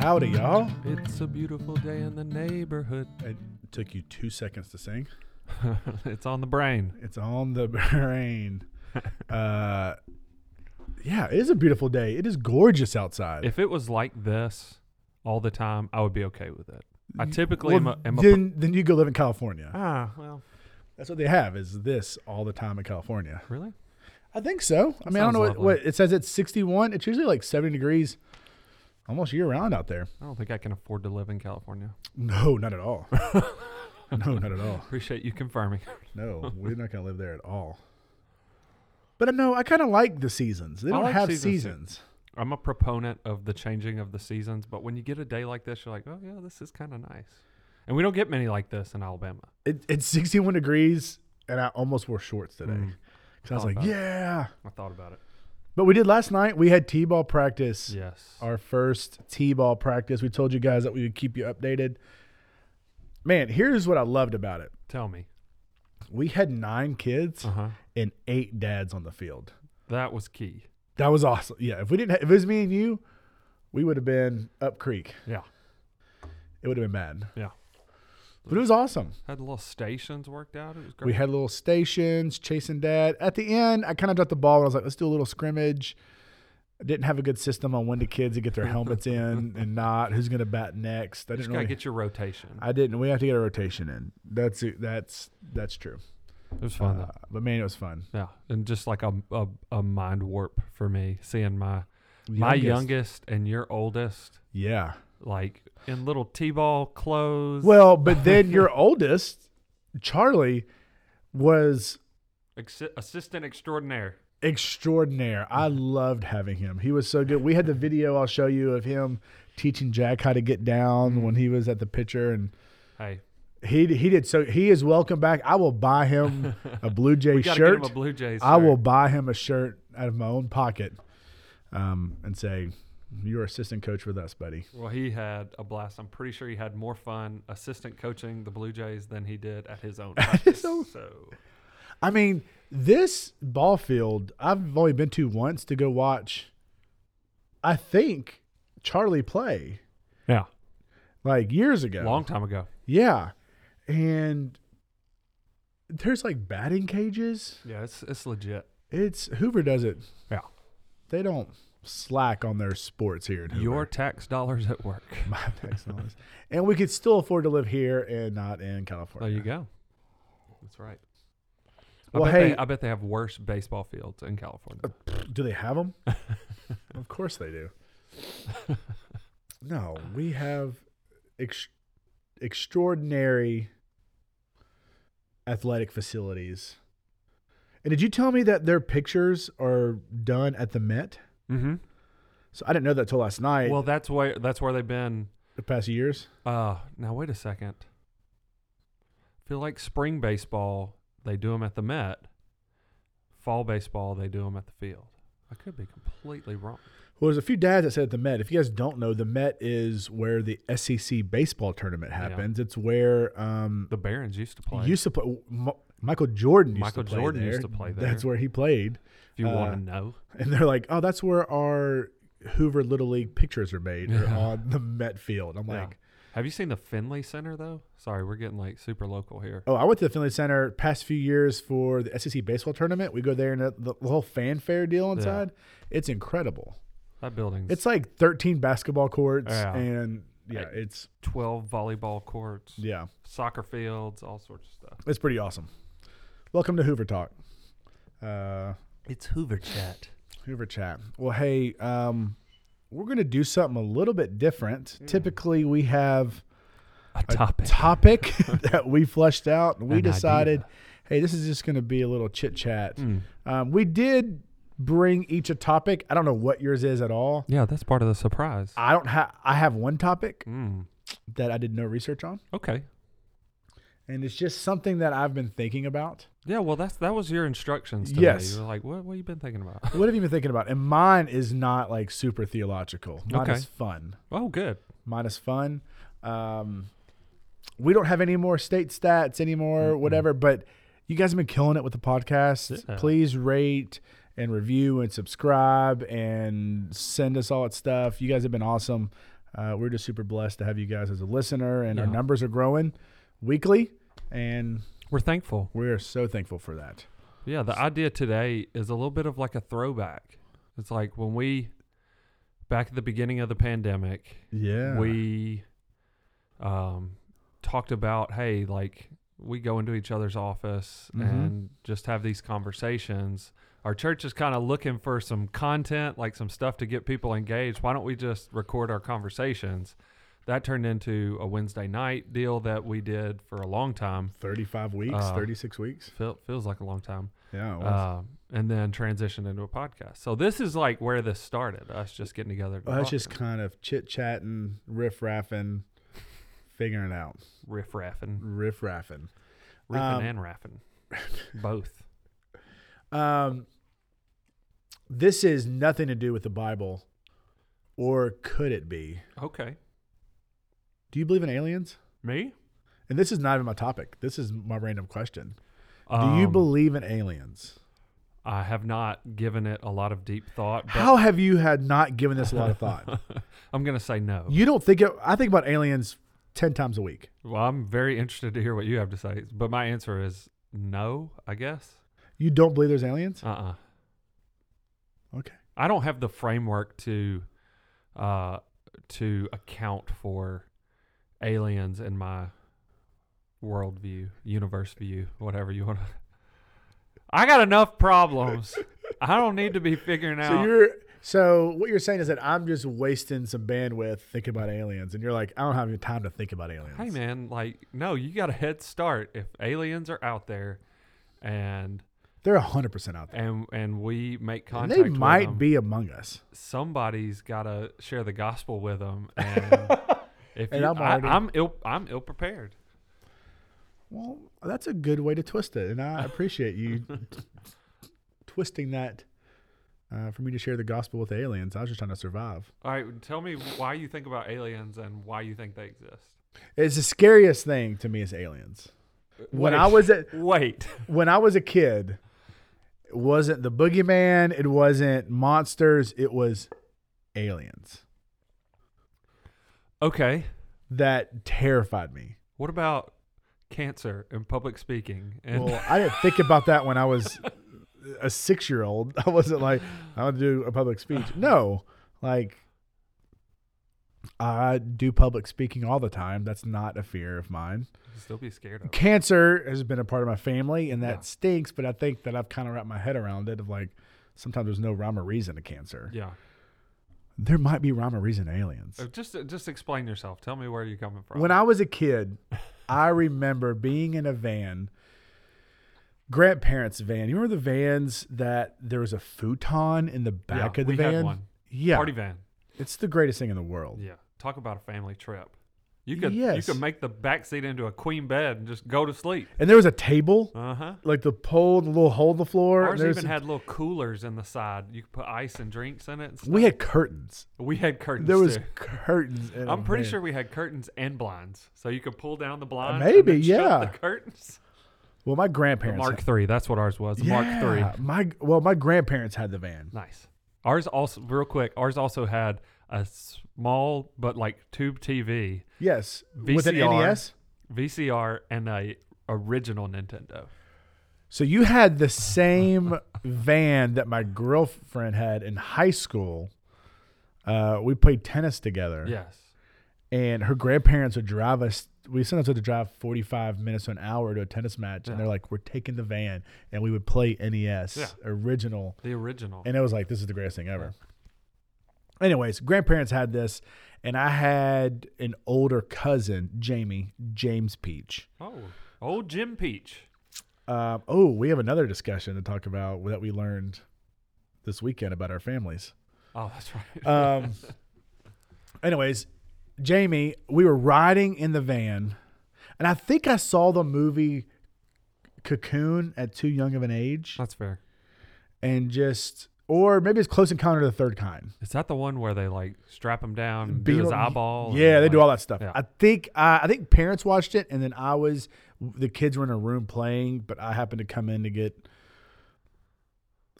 Howdy, y'all. It's a beautiful day in the neighborhood. It took you two seconds to sing. it's on the brain. It's on the brain. Uh, yeah, it is a beautiful day. It is gorgeous outside. If it was like this all the time, I would be okay with it. I typically Well, am a, am a then, then you go live in California. ah well That's what they have is this all the time in California. really I think so. I mean, I don't sounds know what, lovely. what it says. It's 61. It's usually like 70 degrees almost year round out there. I don't think I can afford to live in California. No, not at all. no, not at all. Appreciate you confirming. No, we're not going to live there at all. But I know I kind of like the seasons. They I don't like have seasons, too. seasons. I'm a proponent of the changing of the seasons, but when you get a day like this, you're like, oh yeah, this is kind of nice. And we don't get many like this in Alabama. It, it's 61 degrees, and I almost wore shorts today. Mm. So I was Thought like, about it. yeah. I thought about it. But we did last night. We had T-ball practice, Yes. our first T-ball practice. We told you guys that we would keep you updated. Man, here's what I loved about it. Tell me. We had nine kids Uh huh. and eight dads on the field. That was key. That was awesome. Yeah, if we didn't, ha- if it was me and you, we would have been up creek. Yeah. It would have been bad. Yeah. But it was awesome. Had the little stations worked out. It was great. We had little stations chasing dad. At the end, I kind of dropped the ball and I was like, let's do a little scrimmage. I didn't have a good system on when the kids would get their helmets in and not, who's going to bat next. I just didn't gotta really, get your rotation. I didn't. We have to get a rotation in. That's that's that's true. It was fun. Uh, though. but man, it was fun. Yeah, and just like a, a a mind warp for me seeing my my youngest and your oldest Yeah. like in little t-ball clothes. Well, but then your oldest, Charlie, was Exi- assistant extraordinaire. extraordinaire. I loved having him. He was so good. We had the video I'll show you of him teaching Jack how to get down when he was at the pitcher and Hey, he he did so he is welcome back. I will buy him a Blue Jay we gotta shirt. get him a Blue Jays. I shirt. will buy him a shirt out of my own pocket um, and say you're assistant coach with us, buddy. Well, he had a blast. I'm pretty sure he had more fun assistant coaching the Blue Jays than he did at his own practice. so I mean, this ball field I've only been to once to go watch I think Charlie play yeah, like years ago. long time ago. Yeah. And there's like batting cages. Yeah, it's it's legit. It's Hoover does it. Yeah, They don't slack on their sports here in Hoover. your tax dollars at work. My tax dollars. and we could still afford to live here and not in California. There you go. That's right. I, Well, bet hey- Uh, they, I bet they have worse baseball fields in California. Do they have them? of course they do. No, we have ex- extraordinary athletic facilities. And did you tell me that their pictures are done at the Met? Mm-hmm. So I didn't know that till last night. Well, that's why that's where they've been. the past years. Uh, now wait a second. feel like spring baseball they do them at the Met. Fall baseball they do them at the field. I could be completely wrong. Well, there's a few dads that said at the Met. If you guys don't know, the Met is where the SEC baseball tournament Yeah. happens. It's where um, The Barons used to play. used to play. M- Michael Jordan used Michael to play Jordan there. used to play That's there. where he played. if you want uh, to know, And they're like, oh, that's where our Hoover Little League pictures are made are Yeah. on the Met field. I'm Yeah. like, have you seen the Finley Center though? Sorry, we're getting like super local here. oh, I went to the Finley Center past few years for the SEC baseball tournament. We go there and the, the whole fanfare deal inside. It's incredible. That building's It's like 13 basketball courts Yeah. and yeah, Like- it's twelve volleyball courts, yeah, soccer fields, all sorts of stuff. it's pretty awesome. Welcome to Hoover Talk. Uh, It's Hoover Chat. Hoover Chat. Well, hey, um, we're gonna do something a little bit different. Hmm. Typically, we have A a topic. topic that we fleshed out, and we An decided, idea. hey, this is just gonna be a little chit chat. Mm. Um, we did bring each a topic. I don't know what yours is at all. Yeah, that's part of the surprise. I don't have. I have one topic Mm. that I did no research on. Okay. and it's just something that I've been thinking about. Yeah, well, that's that was your instructions. To Yes. Me. You're like, what? What you been thinking about? What have you been thinking about? And mine is not like super theological. Mine Okay. is fun. oh, good. Mine is fun. Um, we don't have any more state stats anymore, whatever. But you guys have been killing it with the podcast. Yeah. Please rate and review and subscribe and send us all that stuff. You guys have been awesome. Uh, we're just super blessed to have you guys as a listener, and our Yeah. numbers are growing weekly, and We're thankful. we're so thankful for that. Yeah, the idea today is a little bit of like a throwback. It's like when we back at the beginning of the pandemic, Yeah, we um talked about hey, like we go into each other's office Mhm. and just have these conversations. Our church is kind of looking for some content, like some stuff to get people engaged. Why don't we just record our conversations? That turned into a Wednesday night deal that we did for a long time. thirty-five weeks, Uh, thirty-six weeks. Feel, feels like a long time Yeah, it was. um, and then transitioned into a podcast. So this is like where this started. Us just getting together. to Well, that's talk just and kind of chit chatting, riff raffing, figuring it out, riff raffing, riff raffing. riffing Um, and raffing, both. Um, this is nothing to do with the Bible, or could it be? Okay, Do you believe in aliens? me. And this is not even my topic. This is my random question. do you believe in aliens? Um, I have not given it a lot of deep thought. But How have you had not given this a lot of thought? I'm gonna say no. you don't think it, I think about aliens ten times a week. Well, I'm very interested to hear what you have to say, but my answer is no. I guess. You don't believe there's aliens? Uh. uh Okay. I don't have the framework to, uh, to account for aliens in my worldview, universe view, whatever you want to. I got enough problems. I don't need to be figuring out. So you're so what you're saying is that I'm just wasting some bandwidth thinking about aliens, and you're like, I don't have any time to think about aliens. hey man, like no, you got a head start. If aliens are out there, and They're hundred percent out there. and and we make And contact, they with might them, be among us. somebody's got to share the gospel with them. And if And you, I'm I'm, already- I, am ill, I'm ill prepared. Well, that's a good way to twist it, and I appreciate you twisting that uh, for me to share the gospel with aliens. I was just trying to survive. All right, tell me why you think about aliens and why you think they exist. It's the scariest thing to me is aliens. Uh, When I was at wait, when I was a kid, it wasn't the boogeyman, it wasn't monsters, it was aliens okay. that terrified me. What about cancer and public speaking? And Well, I didn't think about that when I was a six year old. I wasn't like, I want to do a public speech. No, like, I do public speaking all the time. That's not a fear of mine. I'd still be scared of. it. Cancer has been a part of my family, and that Yeah. stinks, but I think that I've kind of wrapped my head around it of like, sometimes there's no rhyme or reason to cancer. Yeah, There might be rhyme or reason to aliens. Uh, just uh, just explain yourself. Tell me where you're coming from. When I was a kid, I remember being in a van, grandparents' van. You remember the vans that there was a futon in the back Yeah, of the we van? had one. Yeah, Party van. it's the greatest thing in the world. Yeah, talk about a family trip. You could Yes. you could make the back seat into a queen bed and just go to sleep. And there was a table, Uh huh. like the pole, the little hole in the floor. Ours and there even was- had little coolers in the side. You could put ice and drinks in it. and we stuff. had curtains. we had curtains. There was too. curtains. in a I'm pretty van. sure we had curtains and blinds, so you could pull down the blinds. maybe, and then shut yeah. The curtains. Well, my grandparents. Mark three. That's what ours was. the yeah, Mark three. My well, my grandparents had the van. Nice. Ours also real quick. Ours also had a small but like tube TV, Yes, with an E VCR. NES. VCR, and a original Nintendo. So you had the same van that my girlfriend had in high school. Uh, we played tennis together, Yes. and her grandparents would drive us. We sometimes had to drive forty-five minutes to an hour to a tennis match, and they're like, "We're taking the van," and we would play NES Yeah. original, The original. and it was like, "This is the greatest thing ever." Anyways, grandparents had this, and I had an older cousin, Jamie James Peach. oh, old Jim Peach. Um, oh, we have another discussion to talk about that we learned this weekend about our families. Oh, that's right. Um, anyways, Jamie, we were riding in the van, and I think I saw the movie Cocoon at too young of an age, that's fair. and just or maybe it's Close Encounter of the Third Kind. Is that the one where they like strap him down, and do Beetle- his eyeball? and, Yeah, they do like- all that stuff. yeah. I think I, I think parents watched it, and then I was the kids were in a room playing, but I happened to come in to get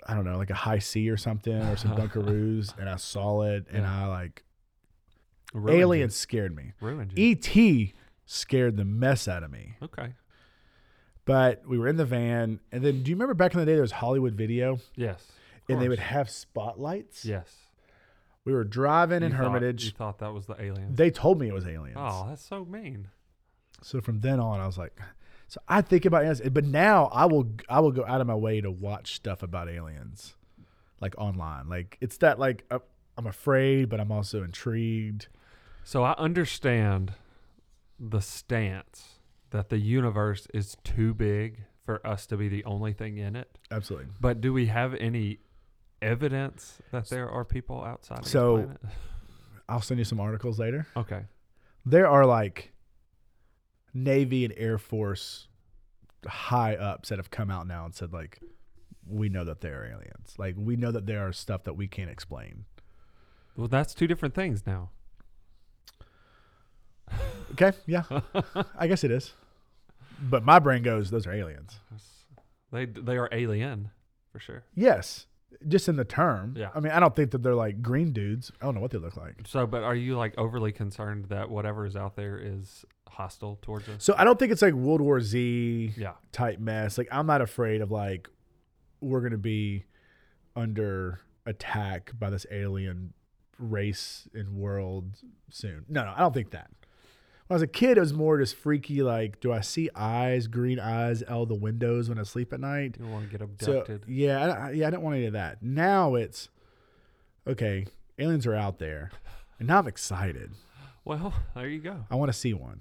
I don't know, like a high C or something, or some Dunkaroos, and I saw it, and I like Ruined you. Aliens E scared me. Ruined you. E.T. scared the mess out of me. Okay. But we were in the van, and then do you remember back in the day there was Hollywood Video, Yes. of and they would course. have spotlights. Yes. We were driving in You thought- Hermitage. you thought that was the aliens. they told me it was aliens. Oh, that's so mean. So from then on, I was like, so I think about aliens, but now I will I will go out of my way to watch stuff about aliens, like online. Like it's that like uh, I'm afraid, but I'm also intrigued. So I understand the stance that the universe is too big for us to be the only thing in it. Absolutely. But do we have any evidence that there are people outside of this So- planet? I'll send you some articles later. Okay. There are like Navy and Air Force high ups that have come out now and said like, we know that there are aliens. Like we know that there are stuff that we can't explain. Well, that's two different things now. Okay, yeah, I guess it is. But my brain goes, those are aliens. They they are alien for sure. Yes, just in the term. Yeah. I mean, I don't think that they're like green dudes. I don't know what they look like. So, but are you like overly concerned that whatever is out there is hostile towards us? So I don't think it's like World War Z Yeah. type mess. Like I'm not afraid of like we're gonna be under attack by this alien race and world soon. No, no, I don't think that. When I was a kid, it was more just freaky. Like, do I see eyes, green eyes, out the windows when I sleep at night? You don't want to get So abducted. yeah, I, I- yeah, I don't want any of that. Now it's okay. Aliens are out there, and now I'm excited. well, there you go. I want to see one.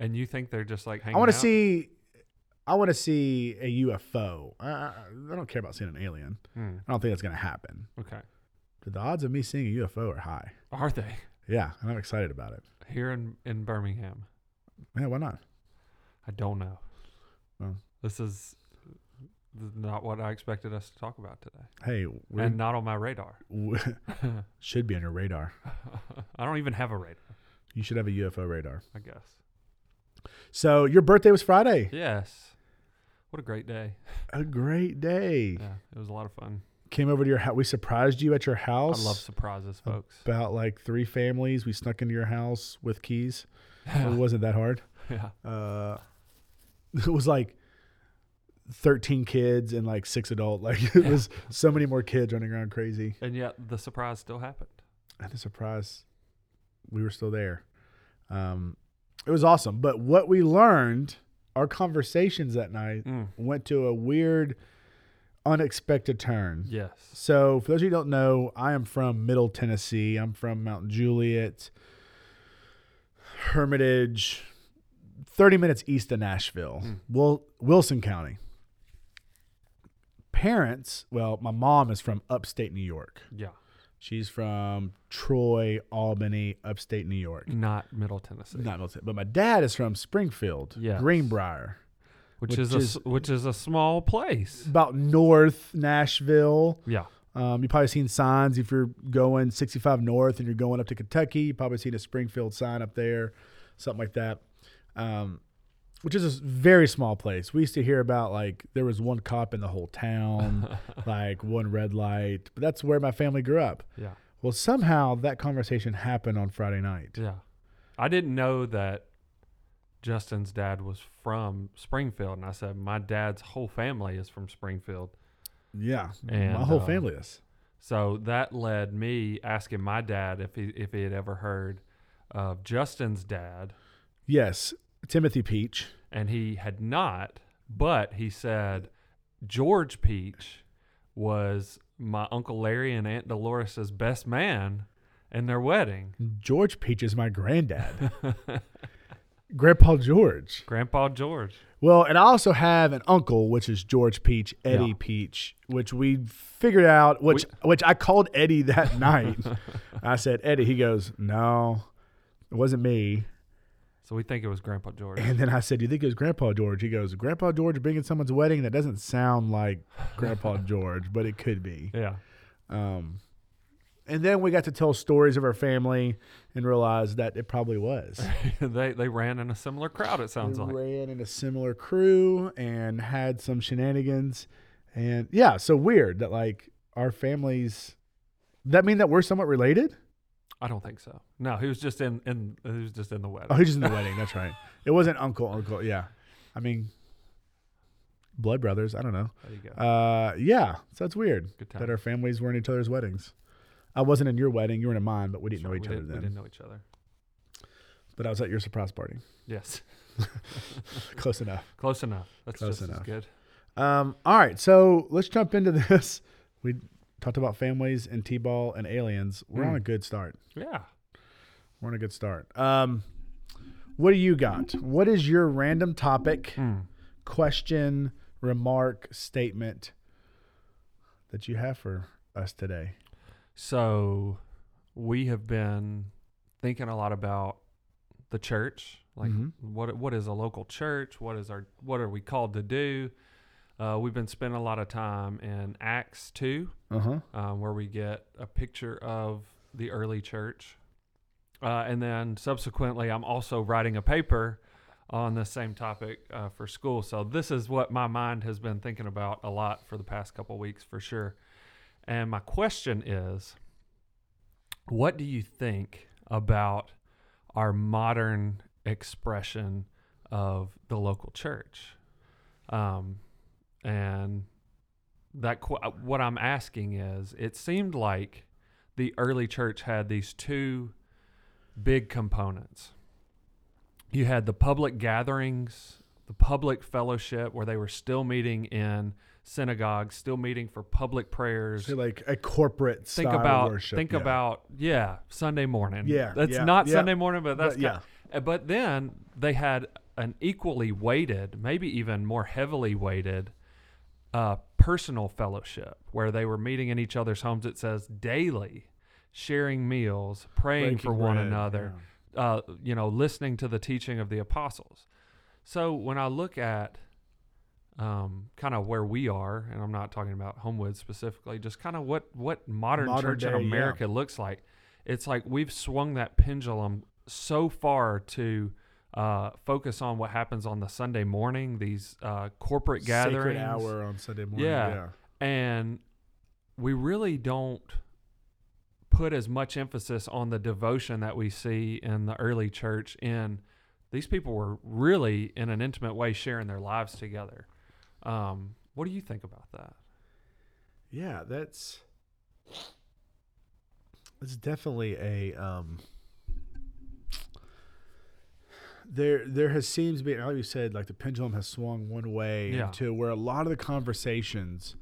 And you think they're just like hanging I want to out? see. I want to see a UFO. I, I, I don't care about seeing an alien. Hmm, I don't think that's gonna happen. okay. But the odds of me seeing a UFO are high. Are they Yeah, and I'm excited about it. here in in Birmingham? Yeah, why not? I don't know. Well. This is th- not what I expected us to talk about today, Hey, we're, and not on my radar. we should be on your radar. I don't even have a radar. You should have a UFO radar. I guess. So your birthday was Friday. Yes. What a great day. A great day. Yeah, it was a lot of fun. Came over to your house. We surprised you at your house. I love surprises, folks. about like three families. We snuck into your house with keys. It wasn't that hard. yeah. Uh, it was like 13 kids and like six adult. Like it Yeah. was so many more kids running around crazy. And yet the surprise still happened. At the surprise, we were still there. Um, it was awesome. But what we learned, our conversations that night Mm. went to a weird, unexpected turn. Yes. So, for those of you who don't know, I am from Middle Tennessee. I'm from Mount Juliet, Hermitage, 30 minutes east of Nashville, Wil- Wilson County. Parents, well, my mom is from upstate New York. Yeah. She's from Troy, Albany, upstate New York. Not Middle Tennessee, Not Middle Tennessee, but my dad is from Springfield, Yes. Greenbrier, which, which is, a s is- which is a small place. about north Nashville. Yeah. Um, you've probably seen signs if you're going 65 north and you're going up to Kentucky. You've probably seen a Springfield sign up there, something like that, um, which is a s- very small place. We used to hear about like there was one cop in the whole town, like one red light, but that's where my family grew up. Yeah. Well, somehow that conversation happened on Friday night. Yeah. I didn't know that Justin's dad was from Springfield. And I said, my dad's whole family is from Springfield. Yeah, And, my whole uh, family is. So that led me asking my dad if he, if he had ever heard of Justin's dad. Yes, Timothy Peach. and he had not, but he said George Peach was my Uncle Larry and Aunt Dolores's best man in their wedding. George Peach is my granddad. Grandpa George. Grandpa George. Well, and I also have an uncle, which is George Peach, Eddie Yeah. Peach, which we figured out, which which I called Eddie that night. I said, Eddie, he goes, no, it wasn't me. So we think it was Grandpa George. And then I said, do you think it was Grandpa George? He goes, Grandpa George being at someone's wedding? That doesn't sound like Grandpa George, but it could be. Yeah. Um, and then we got to tell stories of our family and realized that it probably was. they they ran in a similar crowd it sounds We like. ran in a similar crew and had some shenanigans and yeah so weird that like our families that mean that we're somewhat related I don't think so. No, he was just in in he was just in the wedding. Oh, he's just in the wedding. That's right. It wasn't uncle, uncle. Yeah. I mean, blood brothers. I don't know. There you go. Uh, yeah. So that's weird Good time. that our families were in each other's weddings. I wasn't in your wedding. You were in mine, but we didn't Sure, know each we other did- We then. didn't know each other. But I was at your surprise party. Yes, Close enough. close enough. That's Close just enough. as good. Um, all right, so let's jump into this. We talked about families and T-ball and aliens. We're on Hmm. a good start. Yeah. We're on a good start. Um, what do you got? What is your random topic, Hmm. question, remark, statement that you have for us today? So we have been thinking a lot about the church. Like Mhm. what what is a local church? What is our what are we called to do? Uh, we've been spending a lot of time in Acts two, Uh huh. um, where we get a picture of the early church, uh, and then subsequently, I'm also writing a paper on the same topic uh, for school. So this is what my mind has been thinking about a lot for the past couple weeks, for sure. And my question is, what do you think about our modern expression of the local church? Um, and that qu- uh, what I'm asking is, it seemed like the early church had these two big components. You had the public gatherings, the public fellowship, where they were still meeting in synagogues, still meeting for public prayers. So like a corporate think style about worship. think yeah. about yeah Sunday morning. Yeah, that's yeah, not yeah. Sunday morning, but that's But yeah. kind- uh, But then they had an equally weighted, maybe even more heavily weighted, uh, personal fellowship where they were meeting in each other's homes. It says daily, sharing meals, praying for Breaking one bread, another, yeah. uh, you know, listening to the teaching of the apostles. So when I look at um, kind of where we are, and I'm not talking about Homewood specifically, just kind of what what modern, Modern church in day, yeah. America looks like. It's like we've swung that pendulum so far to uh, focus on what happens on the Sunday morning, these uh, corporate Sacred gatherings, hour on Sunday morning. Yeah. yeah. and we really don't put as much emphasis on the devotion that we see in the early church in these people were really in an intimate way sharing their lives together um, what do you think about that Yeah, that's that's definitely a um there there has seems to be like you said, like the pendulum has swung one way Yeah. to where a lot of the conversations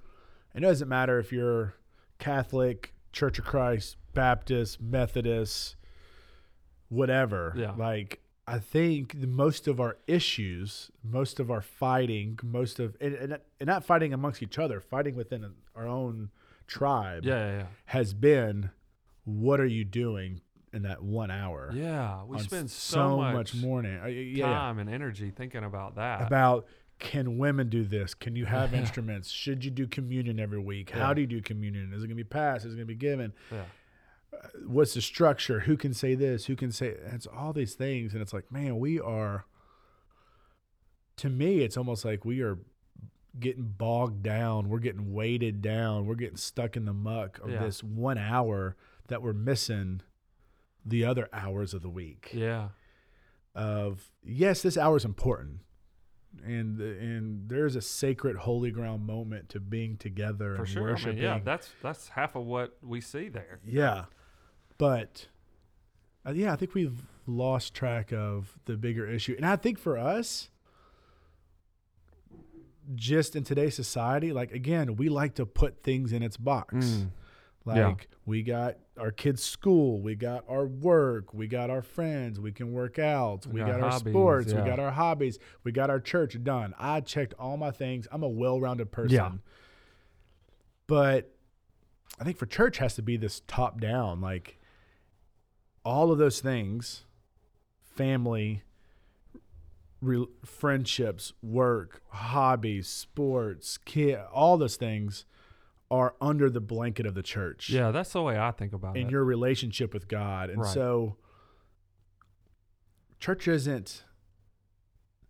it doesn't matter if you're Catholic, Church of Christ, Baptist, Methodist, whatever. Yeah. Like I think the- most of our issues, most of our fighting, most of and, and, and not fighting amongst each other, fighting within our own tribe yeah yeah has been what are you doing in that one hour? yeah, yeah we on spend s- so, much, much morning. Uh, yeah, yeah. time and energy thinking about that About can women do this? Can you have instruments? Should you do communion every week? How Yeah. do you do communion? Is it going to be passed? Is it going to be given? yeah what's the structure who can say this who can say it's all these things and it's like man we are to me it's almost like we are getting bogged down we're getting weighted down we're getting stuck in the muck of Yeah. this one hour that we're missing the other hours of the week yeah of yes this hour is important and and there's a sacred holy ground moment to being together for and sure I worshiping mean, yeah that's that's half of what we see there yeah, but uh, yeah, I think we've lost track of the bigger issue, and I think for us, just in today's society, like again, we like to put things in its box. Mm. Like yeah. we got our kids' school, we got our work, we got our friends, we can work out, we, We got, got our hobbies, sports, yeah. we got our hobbies, we got our church done. I checked all my things. I'm a well-rounded person. Yeah. But I think for church has to be this top down, like all of those things, family, re- friendships, work, hobbies, sports, kid, all those things are under the blanket of the church yeah that's the way I think about and it your relationship with God. And Right. so church isn't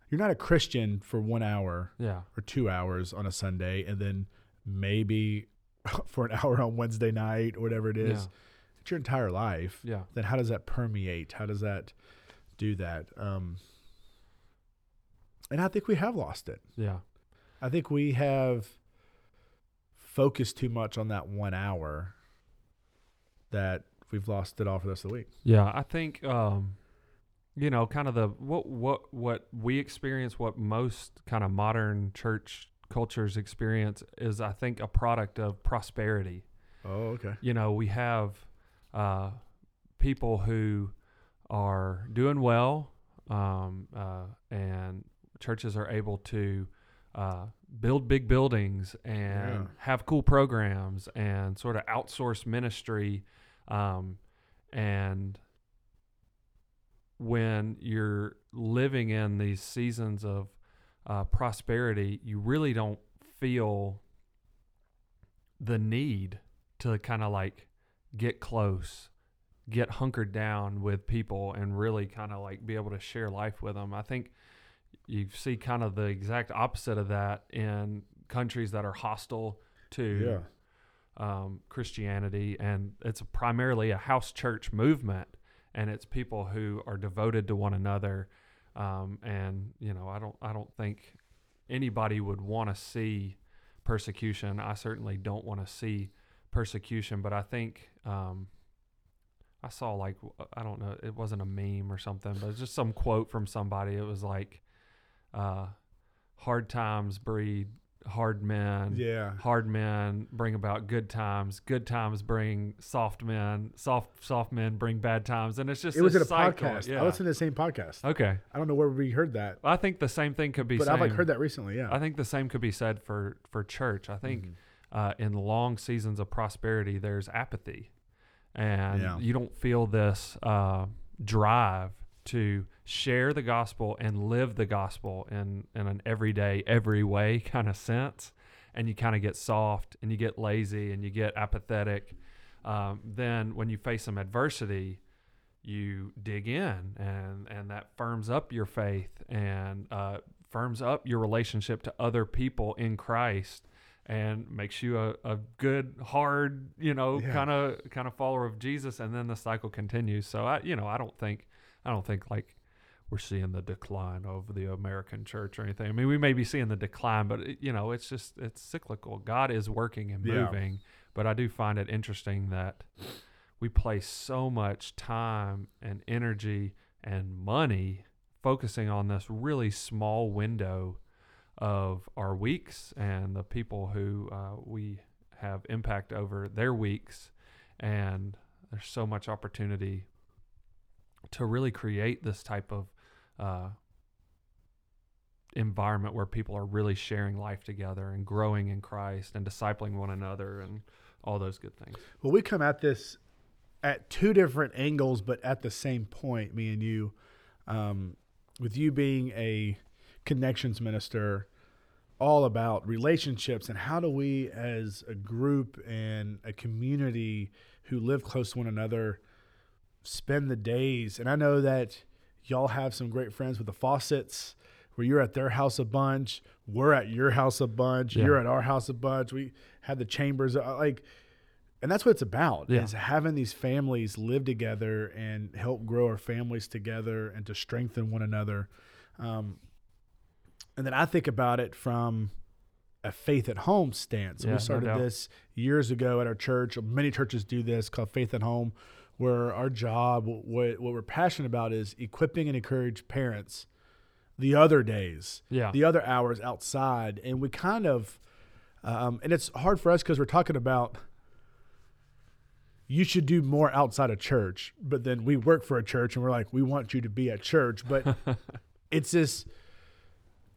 you're not a Christian for 1 hour yeah or 2 hours on a Sunday and then maybe for an hour on Wednesday night or whatever it is. Yeah. it's your entire life. Yeah. Then how does that permeate? How does that do that? Um, and I think we have lost it. Yeah. I think we have focused too much on that one hour that we've lost it all for the rest of the week. Yeah, I think um, you know, kind of the what what what we experience, what most kind of modern church cultures experience is, I think, a product of prosperity. Oh, okay. You know, we have uh, people who are doing well, um, uh, and churches are able to uh, build big buildings and Yeah. have cool programs and sort of outsource ministry. Um, and when you're living in these seasons of uh, prosperity, you really don't feel the need to kind of like get close, get hunkered down with people, and really kind of like be able to share life with them. I think you see kind of the exact opposite of that in countries that are hostile to Yeah. um, Christianity, and it's primarily a house church movement, and it's people who are devoted to one another. Um, and you know, I don't, I don't think anybody would want to see persecution. I certainly don't want to see persecution, but I think um, I saw like I don't know, it wasn't a meme or something, but it's just some quote from somebody. It was like, uh, "Hard times breed hard men." Yeah. hard men bring about good times good times bring soft men soft soft men bring bad times and it's just It was a in a cycle. podcast. yeah. I listened to the same podcast. okay I don't know where we heard that, i think the same thing could be but I've like same- heard that recently. Yeah. i think the same could be said for for church i think uh, in long seasons of prosperity there's apathy and Yeah. you don't feel this uh, drive to share the gospel and live the gospel in, in an everyday every way kind of sense and you kind of get soft and you get lazy and you get apathetic um, then when you face some adversity you dig in and and that firms up your faith and uh, firms up your relationship to other people in christ and makes you a, a good hard you know Yeah. kind of kind of follower of jesus and then the cycle continues so i you know i don't think i don't think like we're seeing the decline of the American church or anything. I mean, we may be seeing the decline, but it, you know, it's just it's cyclical. God is working and Yeah. moving, but I do find it interesting that we place so much time and energy and money focusing on this really small window of our weeks and the people who uh, we have impact over their weeks and there's so much opportunity to really create this type of uh, environment where people are really sharing life together and growing in Christ and discipling one another and all those good things. Well, we come at this at two different angles, but at the same point, me and you. Um, with you being a connections minister, all about relationships and how do we, as a group and a community who live close to one another, spend the days. And I know that y'all have some great friends with the Fawcett's, where you're at their house a bunch, we're at your house a bunch, Yeah. you're at our house a bunch. We had the chambers, uh, like, and that's what it's about Yeah. is having these families live together and help grow our families together and to strengthen one another. Um, and then I think about it from a faith at home stance. And Yeah, no we started doubt. this years ago at our church. Many churches do this called Faith at Home, where our job, what, what we're passionate about, is equipping and encourage parents the other days, Yeah. the other hours outside. And we kind of, um, and it's hard for us because we're talking about you should do more outside of church, but then we work for a church and we're like, we want you to be at church. But it's this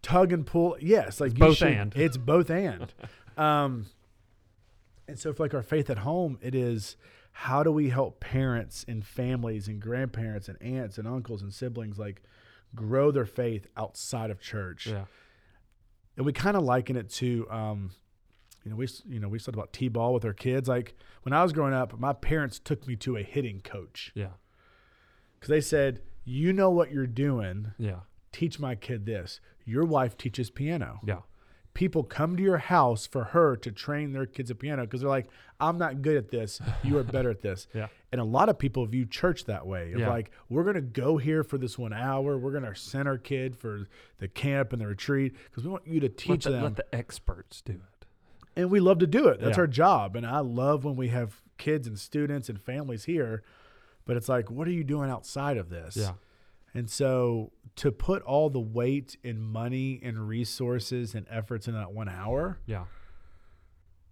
tug and pull. Yes, like you both should- and. It's both and. um, and so for like our faith at home, it is how do we help parents and families and grandparents and aunts and uncles and siblings like grow their faith outside of church? yeah. and we kind of liken it to um, you know we s- you know we talked about t-ball with our kids like when i was growing up my parents took me to a hitting coach Yeah. because they said you know what you're doing Yeah. teach my kid this your wife teaches piano Yeah. people come to your house for her to train their kids at piano because they're like, I'm not good at this. You are better at this. Yeah. And a lot of people view church that way. Of Yeah. Like, we're going to go here for this one hour. We're going to send our kid for the camp and the retreat because we want you to Let teach the, them. let the experts do it. and we love to do it. That's Yeah. our job. And I love when we have kids and students and families here. But it's like, what are you doing outside of this? Yeah. And so to put all the weight and money and resources and efforts in that one hour, Yeah.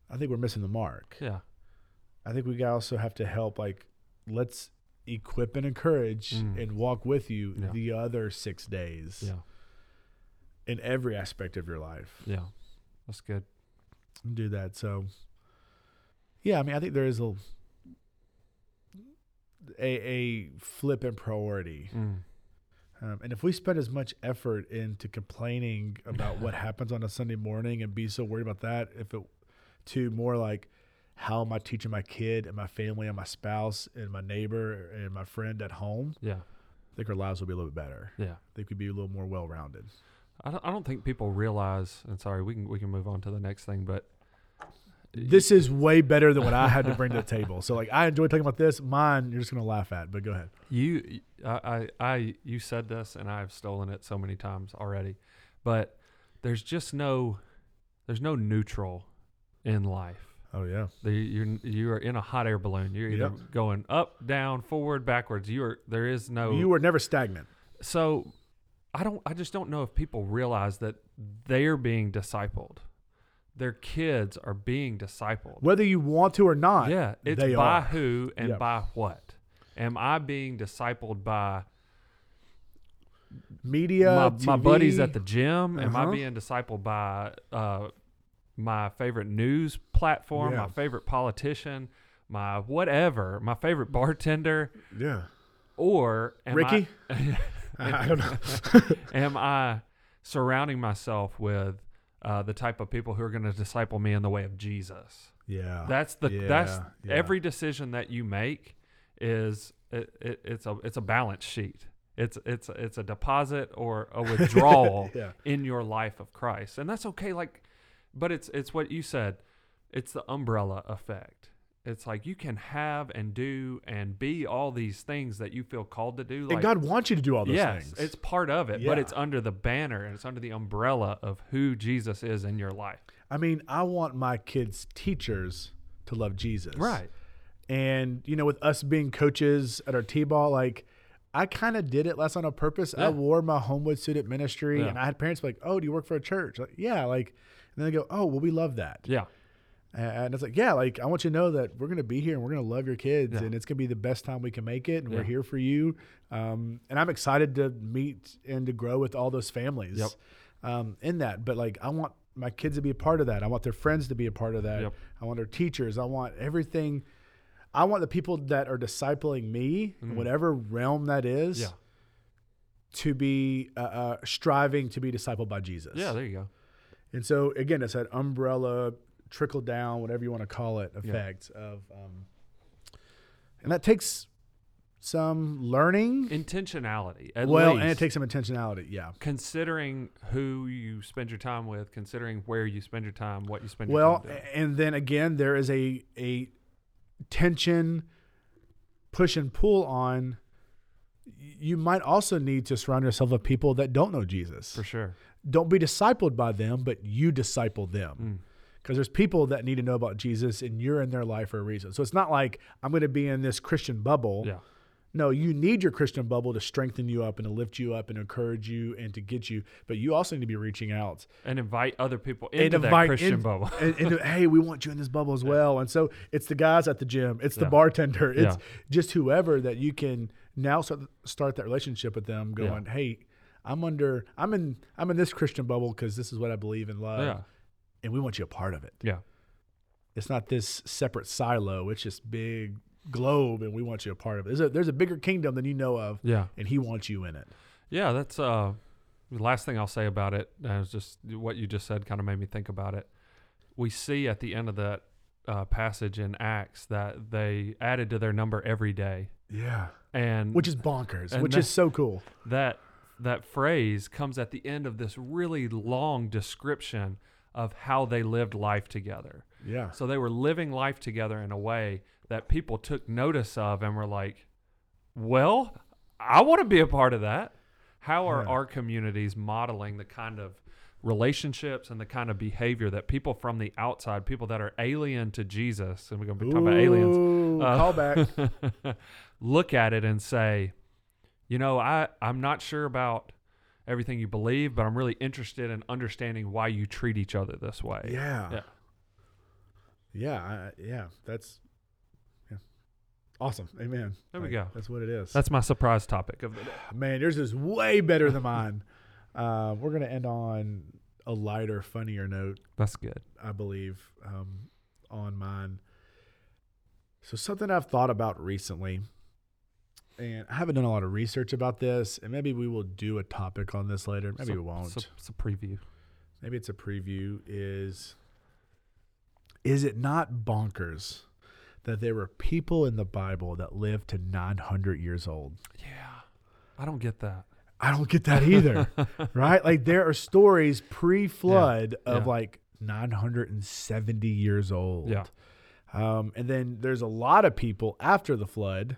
I think we're missing the mark. Yeah. I think we gotta also have to help like let's equip and encourage Mm. and walk with you Yeah. the other six days Yeah. in every aspect of your life. Yeah. That's good. do that. So, yeah, I mean, I think there is a a, a flip in priority, Mm. um, and if we spend as much effort into complaining about what happens on a Sunday morning and be so worried about that, if it to more like how am I teaching my kid and my family and my spouse and my neighbor and my friend at home, Yeah. I think our lives will be a little bit better. Yeah. They could be a little more well rounded. I don't, I don't think people realize. And sorry, we can we can move on to the next thing, but This is way better than what I had to bring to the table. So like I enjoy talking about this. Mine, you're just gonna laugh at, but go ahead. You, I, I, I- you said this, and I've stolen it so many times already, but there's just no, there's no neutral in life. Oh yeah, The- You're you are in a hot air balloon. You're either going up, down, forward, backwards. You are there is no. you were never stagnant. so, I don't. I just don't know if people realize that they're being discipled. Their kids are being discipled. Whether you want to or not, Yeah, it's they by are. who and Yeah. by what. Am I being discipled by Media, my, my TV, buddies at the gym? Am I Uh-huh. being discipled by uh, my favorite news platform, Yeah. my favorite politician, my whatever, my favorite bartender? yeah. Or am Ricky? I, I don't know. am I surrounding myself with uh, the type of people who are going to disciple me in the way of Jesus? yeah, That's the that's Yeah, yeah. every decision that you make is it, it, it's a it's a balance sheet. It's it's it's a deposit or a withdrawal Yeah. in your life of Christ, and that's okay. Like, but it's it's what you said. It's the umbrella effect. It's like you can have and do and be all these things that you feel called to do. Like, and God wants you to do all those yes, things. it's part of it, but Yeah. it's under the banner and it's under the umbrella of who Jesus is in your life. I mean, I want my kids' teachers to love Jesus, And you know, with us being coaches at our t-ball, like I kind of did it less on a purpose. Yeah. I wore my Homewood suit at ministry, Yeah. and I had parents be like, "Oh, do you work for a church?" Like, yeah, like, and then they go, "Oh, well, we love that." Yeah. And it's like, yeah, like I want you to know that we're gonna be here and we're gonna love your kids, Yeah. and it's gonna be the best time we can make it, and Yeah. we're here for you. Um, and I'm excited to meet and to grow with all those families Yep. um, in that. But like, I want my kids to be a part of that. I want their friends to be a part of that. Yep. I want their teachers. I want everything. I want the people that are discipling me, in whatever realm that is, Mm-hmm. Yeah. to be uh, uh, striving to be discipled by Jesus. Yeah. There you go. And so again, it's that umbrella trickle down, whatever you want to call it, effect of, um, and that takes some learning. intentionality at well, least and it takes some intentionality. Yeah. considering who you spend your time with considering where you spend your time what you spend Well, your time doing. a- and then again, there is a a tension, push and pull on. You might also need to surround yourself with people that don't know Jesus. for sure don't be discipled by them, but you disciple them. Because there's people that need to know about Jesus and you're in their life for a reason. So it's not like I'm going to be in this Christian bubble. yeah No, you need your Christian bubble to strengthen you up and to lift you up and encourage you and to get you. But you also need to be reaching out and invite other people into and that invite christian in- bubble and, and, hey, we want you in this bubble as well. And so it's the guys at the gym, it's the Yeah. bartender, it's Yeah. just whoever that you can now start, start that relationship with them. Yeah. Going, hey, I'm under, I'm in, I'm in this Christian bubble because this is what I believe and love, yeah and we want you a part of it. yeah It's not this separate silo. It's just big globe, and we want you a part of it. There's a, there's a bigger kingdom than you know of, yeah and He wants you in it. yeah that's uh the last thing i'll say about it uh, is just what you just said kind of made me think about it we see at the end of that uh, passage in acts that they added to their number every day Yeah, and which is bonkers, And which that- is so cool. that that phrase comes at the end of this really long description of how they lived life together. Yeah. So they were living life together in a way that people took notice of and were like, well, I want to be a part of that. How are Yeah. our communities modeling the kind of relationships and the kind of behavior that people from the outside, people that are alien to Jesus, and we're going to be talking about aliens, Ooh, Uh, Callback. look at it and say, you know, I, I'm not sure about everything you believe, but I'm really interested in understanding why you treat each other this way. yeah. Yeah. Yeah. I, yeah. That's yeah. awesome. Amen. There we go. That's what it is. That's my surprise topic of the day. Man, yours is way better than mine. uh, we're gonna end on a lighter, funnier note, That's good. I believe, um, on mine. So something I've thought about recently, and I haven't done a lot of research about this, and maybe we will do a topic on this later. Maybe So- we won't. so- It's a preview. maybe it's a preview. Is is it not bonkers that there were people in the Bible that lived to 900 years old? Yeah. I don't get that. I don't get that either. right? Like there are stories pre-flood of yeah. like 970 years old. Yeah. Um, and then there's a lot of people after the flood,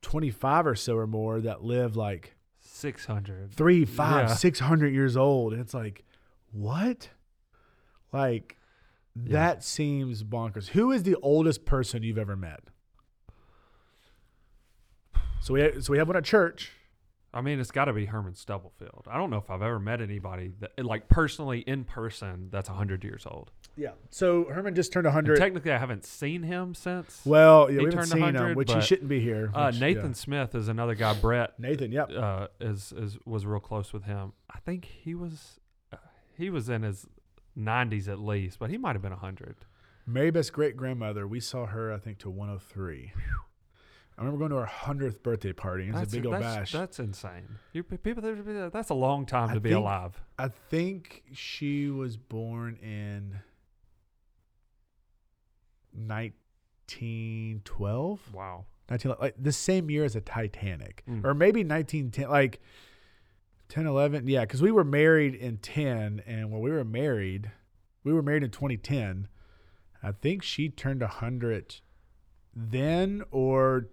25 or so or more that live like 600. three, five, Yeah. 600 years old. And it's like, what? Like Yeah. that seems bonkers. Who is the oldest person you've ever met? So we, so we have one at church. I mean, it's got to be Herman Stubblefield. I don't know if I've ever met anybody that, like, personally in person that's 100 years old. Yeah. So Herman just turned And 100. technically, I haven't seen him since. Well, yeah, He we haven't turned seen him, 100, which he but, shouldn't be here. uh, which, yeah. Nathan Smith is another guy. Brett Nathan, yep. uh, is, is was real close with him. I think he was uh, he was in his 90s at least, but he might have been 100. Mary Beth's great grandmother, we saw her, I think, to 103. I remember going to her 100th birthday party. and It was a big old that's, bash. That's insane. You people, there's- that's a long time I to be think- alive. I think she was born in 1912. Wow. 19, like the same year as a Titanic, Mm. or maybe 1910, like 10, 11. Yeah, because we were married in 10, and when we were married, we were married in 2010. I think she turned 100 then or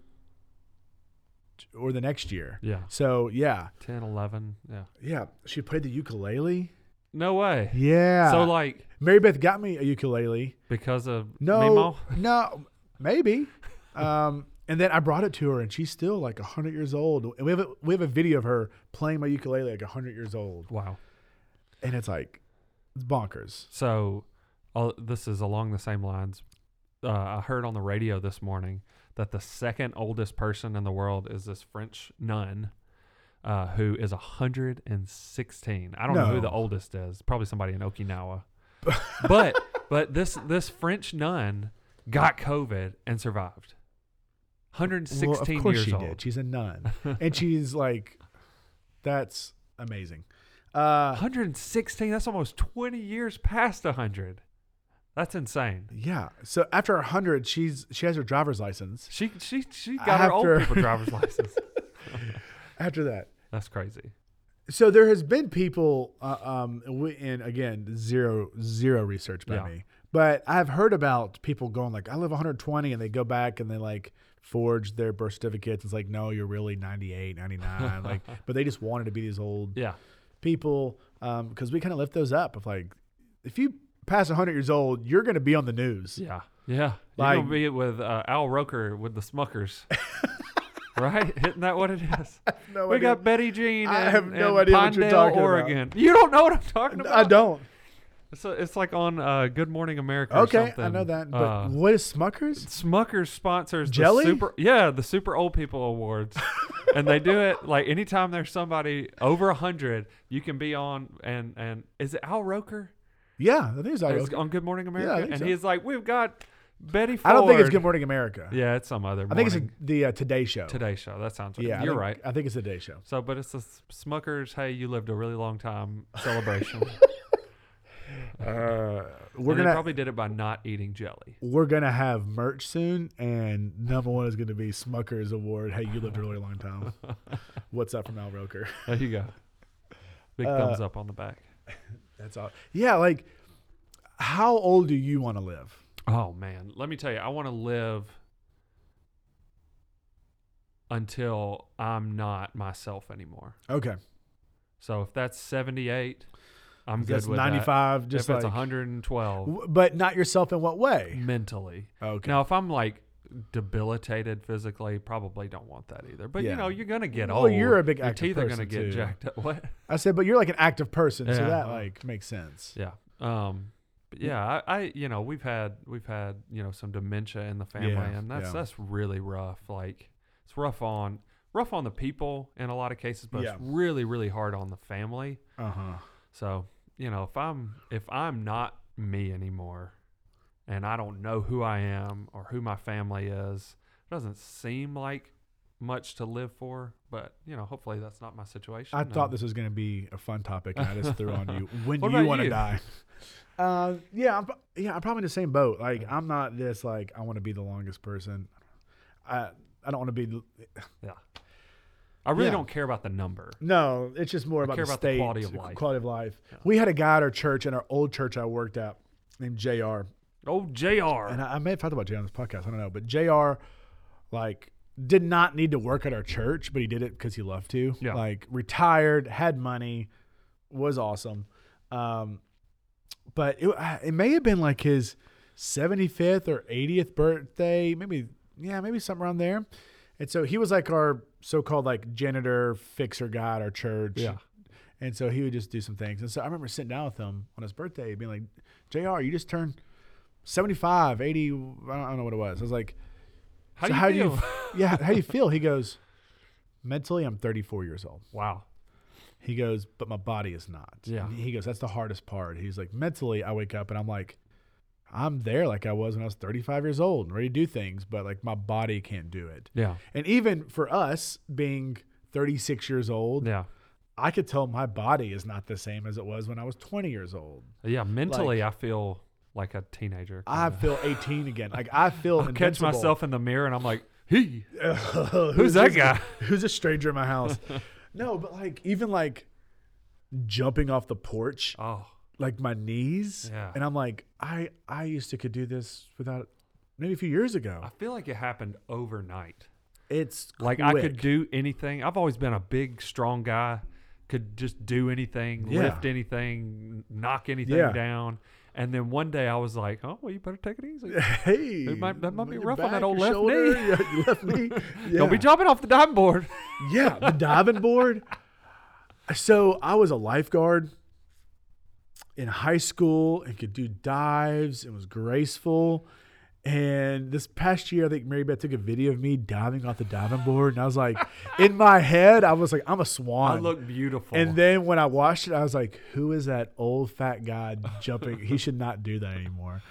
or the next year. Yeah. So yeah, 10, 11. Yeah. yeah, she played the ukulele. No way. Yeah. So, like, Mary Beth got me a ukulele. because of No, Nemo? no, maybe. Um, and then I brought it to her, and she's still like hundred years old. And we have a, we have a video of her playing my ukulele like hundred years old, Wow. and it's like it's bonkers. So, uh, this is along the same lines. Uh, I heard on the radio this morning that the second oldest person in the world is this French nun uh, who is 116. I don't know who No. the oldest is. Probably somebody in Okinawa. but but this this French nun got COVID and survived. 116 well, of course years she old. did. She's a nun, and she's like, that's amazing. Uh, 116 that's almost 20 years past 100 that's insane yeah. So after hundred, she's she has her driver's license. she she she got her old After- people driver's license After that, that's crazy so there has been people uh, um we, and again zero zero research by Yeah. me but i've heard about people going like i live 120 and they go back and they like forge their birth certificates it's like no you're really 98 99 like but they just wanted to be these old yeah people because we kind of lift those up of like if you pass 100 years old you're going to be on the news yeah yeah you're Like- gonna be with uh, al roker with the smuckers right isn't that what it is no we idea. got betty jean I and- have no and idea what you're Pinedale, talking about. oregon you don't know what i'm talking about i don't it's, it's like on uh, good morning america or okay i something. know that but Uh, what is smuckers Smuckers sponsors Jelly? the super yeah the super old people awards, and they do it like anytime there's somebody over hundred, you can be on and and is it Al Roker? yeah i think it's, Is on Good Morning America, think and so. he's like, we've got Betty. Ford. i don't think it's good morning america Yeah, it's some other. I think it's a, morning- the uh, Today Show. Today Show. That sounds right. Yeah, I you're think- right. I think it's the Today Show. So, but it's the S- Smuckers. Hey, you lived a really long time celebration. Uh, We're And they gonna probably did it by not eating jelly. we're gonna have merch soon, and number one is gonna be Smucker's Award. Hey, you lived a really long time. What's up from Al Roker? Uh, There you go. Big thumbs up on the back. That's all. Yeah, like how old do you want to live? Oh man, let me tell you, I want to live until I'm not myself anymore. Okay, So if that's 78, I'm If good that's with that. 95. If Just like, it's 112 w- but not yourself in what way? mentally. Okay, Now if I'm like debilitated physically, probably don't want that either. But Yeah. you know, you're gonna get Well, old. you're a big Your active teeth are gonna person, get too. jacked up. What? I said, but you're like an active person, so Yeah. that like makes sense. Yeah. Um. But yeah, I, I, you know, we've had we've had you know some dementia in the family, Yeah, and that's yeah. that's really rough. Like it's rough on rough on the people in a lot of cases, but Yeah. it's really really hard on the family. Uh huh. So you know, if I'm if I'm not me anymore, and I don't know who I am or who my family is, it doesn't seem like much to live for. But you know, hopefully that's not my situation. I thought and- this was going to be a fun topic, and I just threw on you. When What do you about want to you? die? Uh, yeah, I'm, pro- yeah, I'm probably in the same boat. Like, I'm not this like I want to be the longest person. I I don't want to be. the- I really yeah. don't care about the number. No, it's just more about, care the about the state, quality of life. quality of life. We had a guy at our church, in our old church I worked at, named Jr. Oh, Jr. And I, I may have talked about Jr. on this podcast. I don't know, but Jr. like did not need to work at our church, but he did it because he loved to. Yeah. Like retired, had money, was awesome. Um, but it, uh, it may have been like his 75th or 80th birthday, maybe yeah, maybe something around there. And so he was like our so-called like janitor fixer guy at our church. Yeah. And so he would just do some things. And so I remember sitting down with him on his birthday, being like, "Jr., you just turned 75, 80, I don't, I don't know what it was." I was like, How so do you how feel? do you yeah how do you feel he goes mentally i'm 34 years old wow. he goes but my body is not Yeah. And he goes that's the hardest part he's like mentally i wake up and i'm like i'm there like i was when i was 35 years old and ready to do things but like my body can't do it Yeah. and even for us being 36 years old Yeah. i could tell my body is not the same as it was when i was 20 years old Yeah. Mentally, I feel like a teenager. i kinda. feel 18 again like i feel I'll catch invincible. myself in the mirror and I'm like, he. who's, that this- guy? Who's a stranger in my house? no, but like even like jumping off the porch, Oh, like my knees, Yeah. and I'm like, I I used to could do this without maybe a few years I ago. feel like it happened overnight. It's Like I could quick. do anything. I've always been a big, strong guy. Could just do anything, Yeah. lift anything, knock anything Yeah. down. And then one day I was like, oh, well, you better take it easy. Hey, It might- that might be your rough on back, that old your left shoulder, knee. yeah, your left knee. Yeah. Don't be jumping off the diving board. yeah, the diving board. So I was a lifeguard in high school and could do dives and was graceful. And this past year, I think Mary Beth took a video of me diving off the diving board, and I was like, in my head, I was like, I'm a I swan. look beautiful. and then when I watched it, I was like, who is that old fat guy jumping? he should not do that anymore.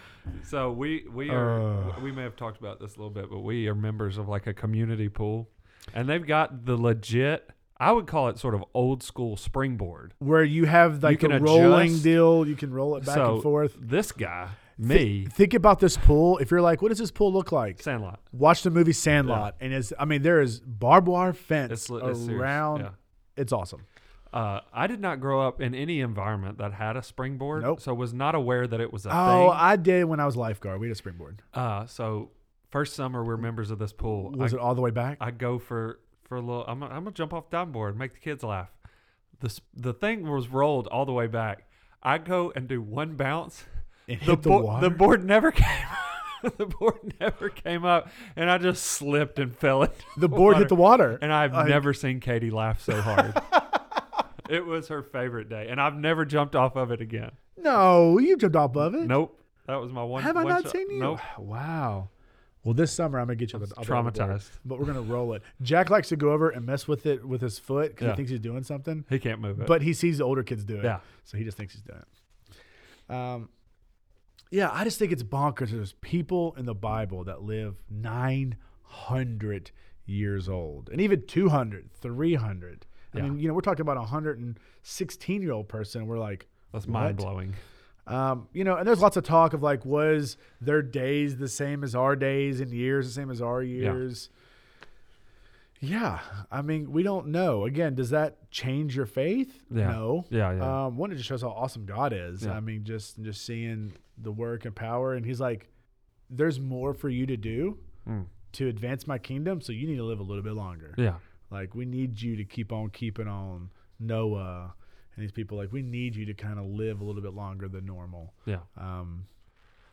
So we we are Ugh. we may have talked about this a little bit, but we are members of like a community pool, and they've got the legit. I would call it sort of old school springboard. Where you have like can a rolling adjust. deal, you can roll it back so and forth. This guy, me, Think about this pool. If you're like, what does this pool look like? Sandlot. watch the movie Sandlot, and it's I mean there is barbed wire fence It's, li- it's serious, around. yeah. It's awesome. Uh, I did not grow up in any environment that had a springboard, Nope. so was not aware that it was a Oh, thing. I did when I was lifeguard. We had a springboard. uh, so first summer we're members of this pool. I Was it all the way back? I go for for a little. I'm gonna- I'm gonna jump off down board, make the kids laugh. The s- the thing was rolled all the way back. I go and do one bounce. It The hit the bo- water? board never came. the board never came up, and I just slipped and fell into the board hit the water. And I've Like- never seen Katie laugh so hard. it was her favorite day, and I've never jumped off of it again. no, you jumped off of it. Nope, that was my one. have I one not shot. seen you? Nope. Wow. Well, this summer I'm gonna get you. I'm the- I'll be on the board, traumatized. but we're gonna roll it. Jack likes to go over and mess with it with his foot because Yeah. he thinks he's doing something, He can't move it. but he sees the older kids do it. yeah, So he just thinks he's doing it. Um, yeah, I just think it's bonkers. There's people in the Bible that live 900 years old and even 200, 300. I Yeah. mean, you know, we're talking about a 116 year old person. and We're like, that's What? mind blowing. um, you know, and there's lots of talk of like, was their days the same as our days and years the same as our years? Yeah, I mean, we don't know. Again, does that change your faith? Yeah. No. Yeah, yeah. Um, one, it just shows how awesome God is. Yeah. I mean, just just seeing the work and power, and He's like, "There's more for you to do Mm. to advance My kingdom, so you need to live a little bit longer. yeah. Like, we need you to keep on keeping on, Noah, and these people. Like, we need you to kind of live a little bit longer than normal. Yeah. Um,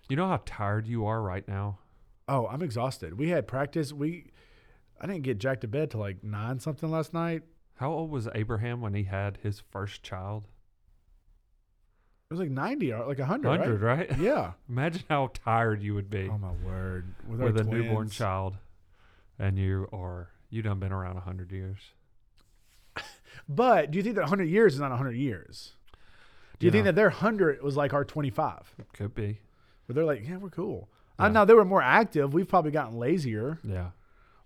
You know how tired you are right now? Oh, I'm exhausted. We had practice. We, I didn't get jacked to bed till like nine something last night. How old was Abraham when he had his first child? It was like 90 or like 100, 100, right? right? Yeah. Imagine how tired you would be Oh my word. With, our with a newborn twins. child and you are, you done been around 100 years. But do you think that 100 years is not 100 years? Do you think Yeah. that their 100 was like our 25? Could be. Where they're like, yeah, we're cool. Yeah. I know they were more active. We've probably gotten lazier. Yeah.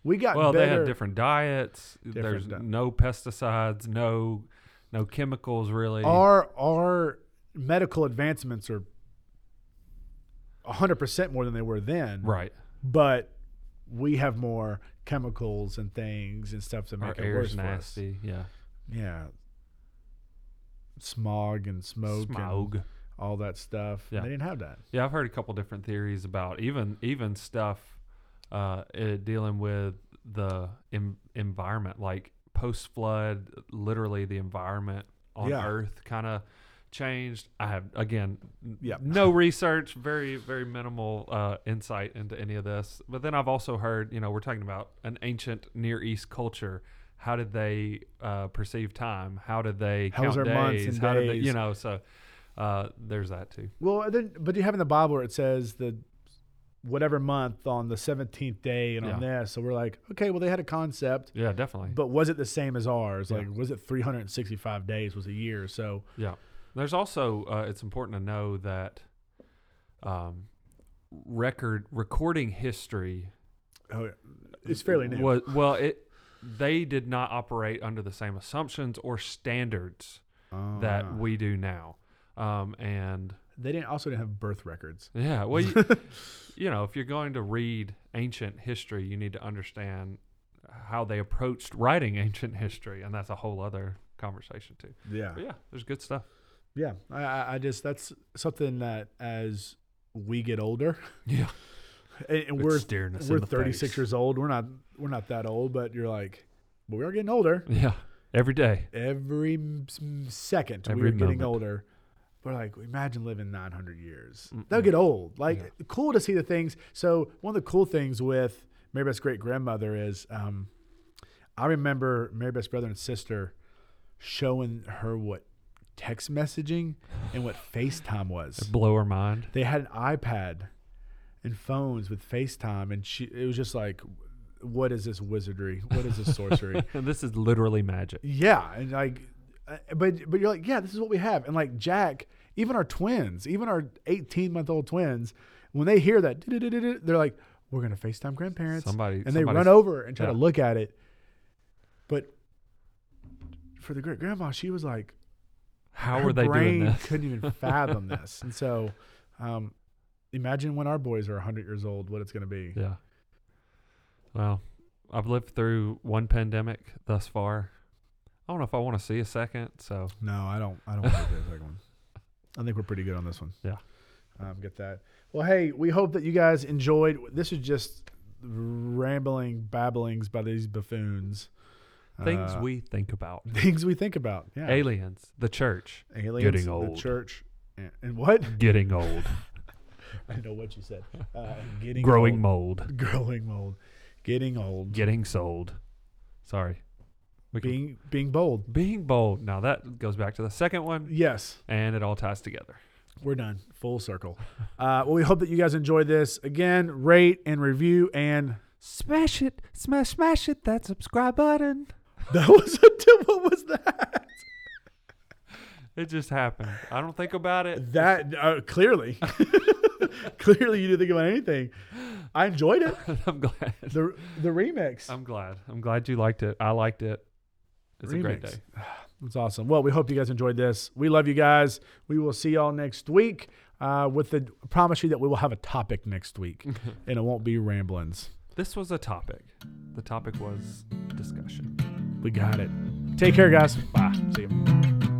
We got Well, they better. had different diets. There's Different di- no pesticides, no no chemicals really. our our medical advancements are 100% more than they were then. right. but we have more chemicals and things and stuff to Our make it worse air's for us. nasty. Yeah. Yeah, smog and smoke, and Smog. all that stuff. Yeah. They didn't have that. Yeah, I've heard a couple different theories about even even stuff uh, it, dealing with the em- environment, like post flood. Literally, the environment on Yeah. Earth kind of changed. I have again, n- Yeah. no research, very very minimal uh, insight into any of this. But then I've also heard, you know, we're talking about an ancient Near East culture. How did they uh, perceive time? How did they How was count their months days? and How did they, days? you know? So uh, there's that too. Well, and then but you have in the Bible where it says the whatever month on the seventeenth day and on this. So we're like, okay, well they had a concept, Yeah, definitely. but was it the same as ours? Yeah. Like, was it three hundred and sixty-five days was a year? So Yeah. There's also uh, it's important to know that um, record recording history oh, it's fairly new. was well it they did not operate under the same assumptions or standards Oh, that yeah. we do now. Um, and they didn't also didn't have birth records. yeah, well, you, you know, if you're going to read ancient history, you need to understand how they approached writing ancient history, and that's a whole other conversation too. Yeah. But yeah, there's good stuff. Yeah, I- I, I just that's something that as we get older, Yeah, and, and we're staring us in we're the 36 face. years old. We're not we're not that old, but you're like, but we are getting older Yeah, every day. every m- s- second. Every we're getting moment. older. But like, imagine living 900 years. Mm-mm. That'll get old. Like, Yeah. cool to see the things. So one of the cool things with Mary Beth's great grandmother is, um, I remember Mary Beth's brother and sister showing her what text messaging and what FaceTime was. blow her mind. they had an iPad and phones with FaceTime, and she it was just like, what is this wizardry? What is this sorcery? this is literally magic. yeah, and like, uh, but but you're like, yeah, this is what we have, and like Jack, even our twins, even our 18 month old twins, when they hear that, "Du-du-du-du-du," they're like, we're gonna FaceTime grandparents, Somebody- and they run somebody's- over and try to yeah. look at it, but for the great grandma, she was like, How her are they brain doing this? couldn't even fathom this. And so, um, imagine when our boys are 100 years old, what it's going to be. Yeah. Well, I've lived through one pandemic thus far. I don't know if I want to see a second. So No, I don't. I don't want to do the second one. I think we're pretty good on this one. Yeah. Um, get that. Well, hey, we hope that you guys enjoyed. This is just rambling babblings by these buffoons. things Uh, we think about: things we think about. Yeah. aliens, the church, Aliens, getting the old. church, and, and what? getting old, I know what you said. Uh, getting growing old. mold, growing mold, getting old, getting sold. Sorry. We can- being being bold. being bold. Now that goes back to the second one, Yes. and it all ties together. We're done. Full circle. Uh, well, we hope that you guys enjoyed this. Again, rate and review. And Smash it, smash, smash it. That subscribe button. that was a, what was that? It just happened. I don't think about it. That uh, clearly, clearly, you didn't think about anything. I enjoyed it. I'm glad. The the remix. I'm glad. I'm glad you liked it. I liked it. Um, It's a Remix. great day. That's awesome. Well, we hope you guys enjoyed this. We love you guys. We will see y'all next week. Uh, with the I promise you that we will have a topic next week, and it won't be ramblings. This was a topic. The topic was discussion. We got it. Take care, guys. Bye. See ya.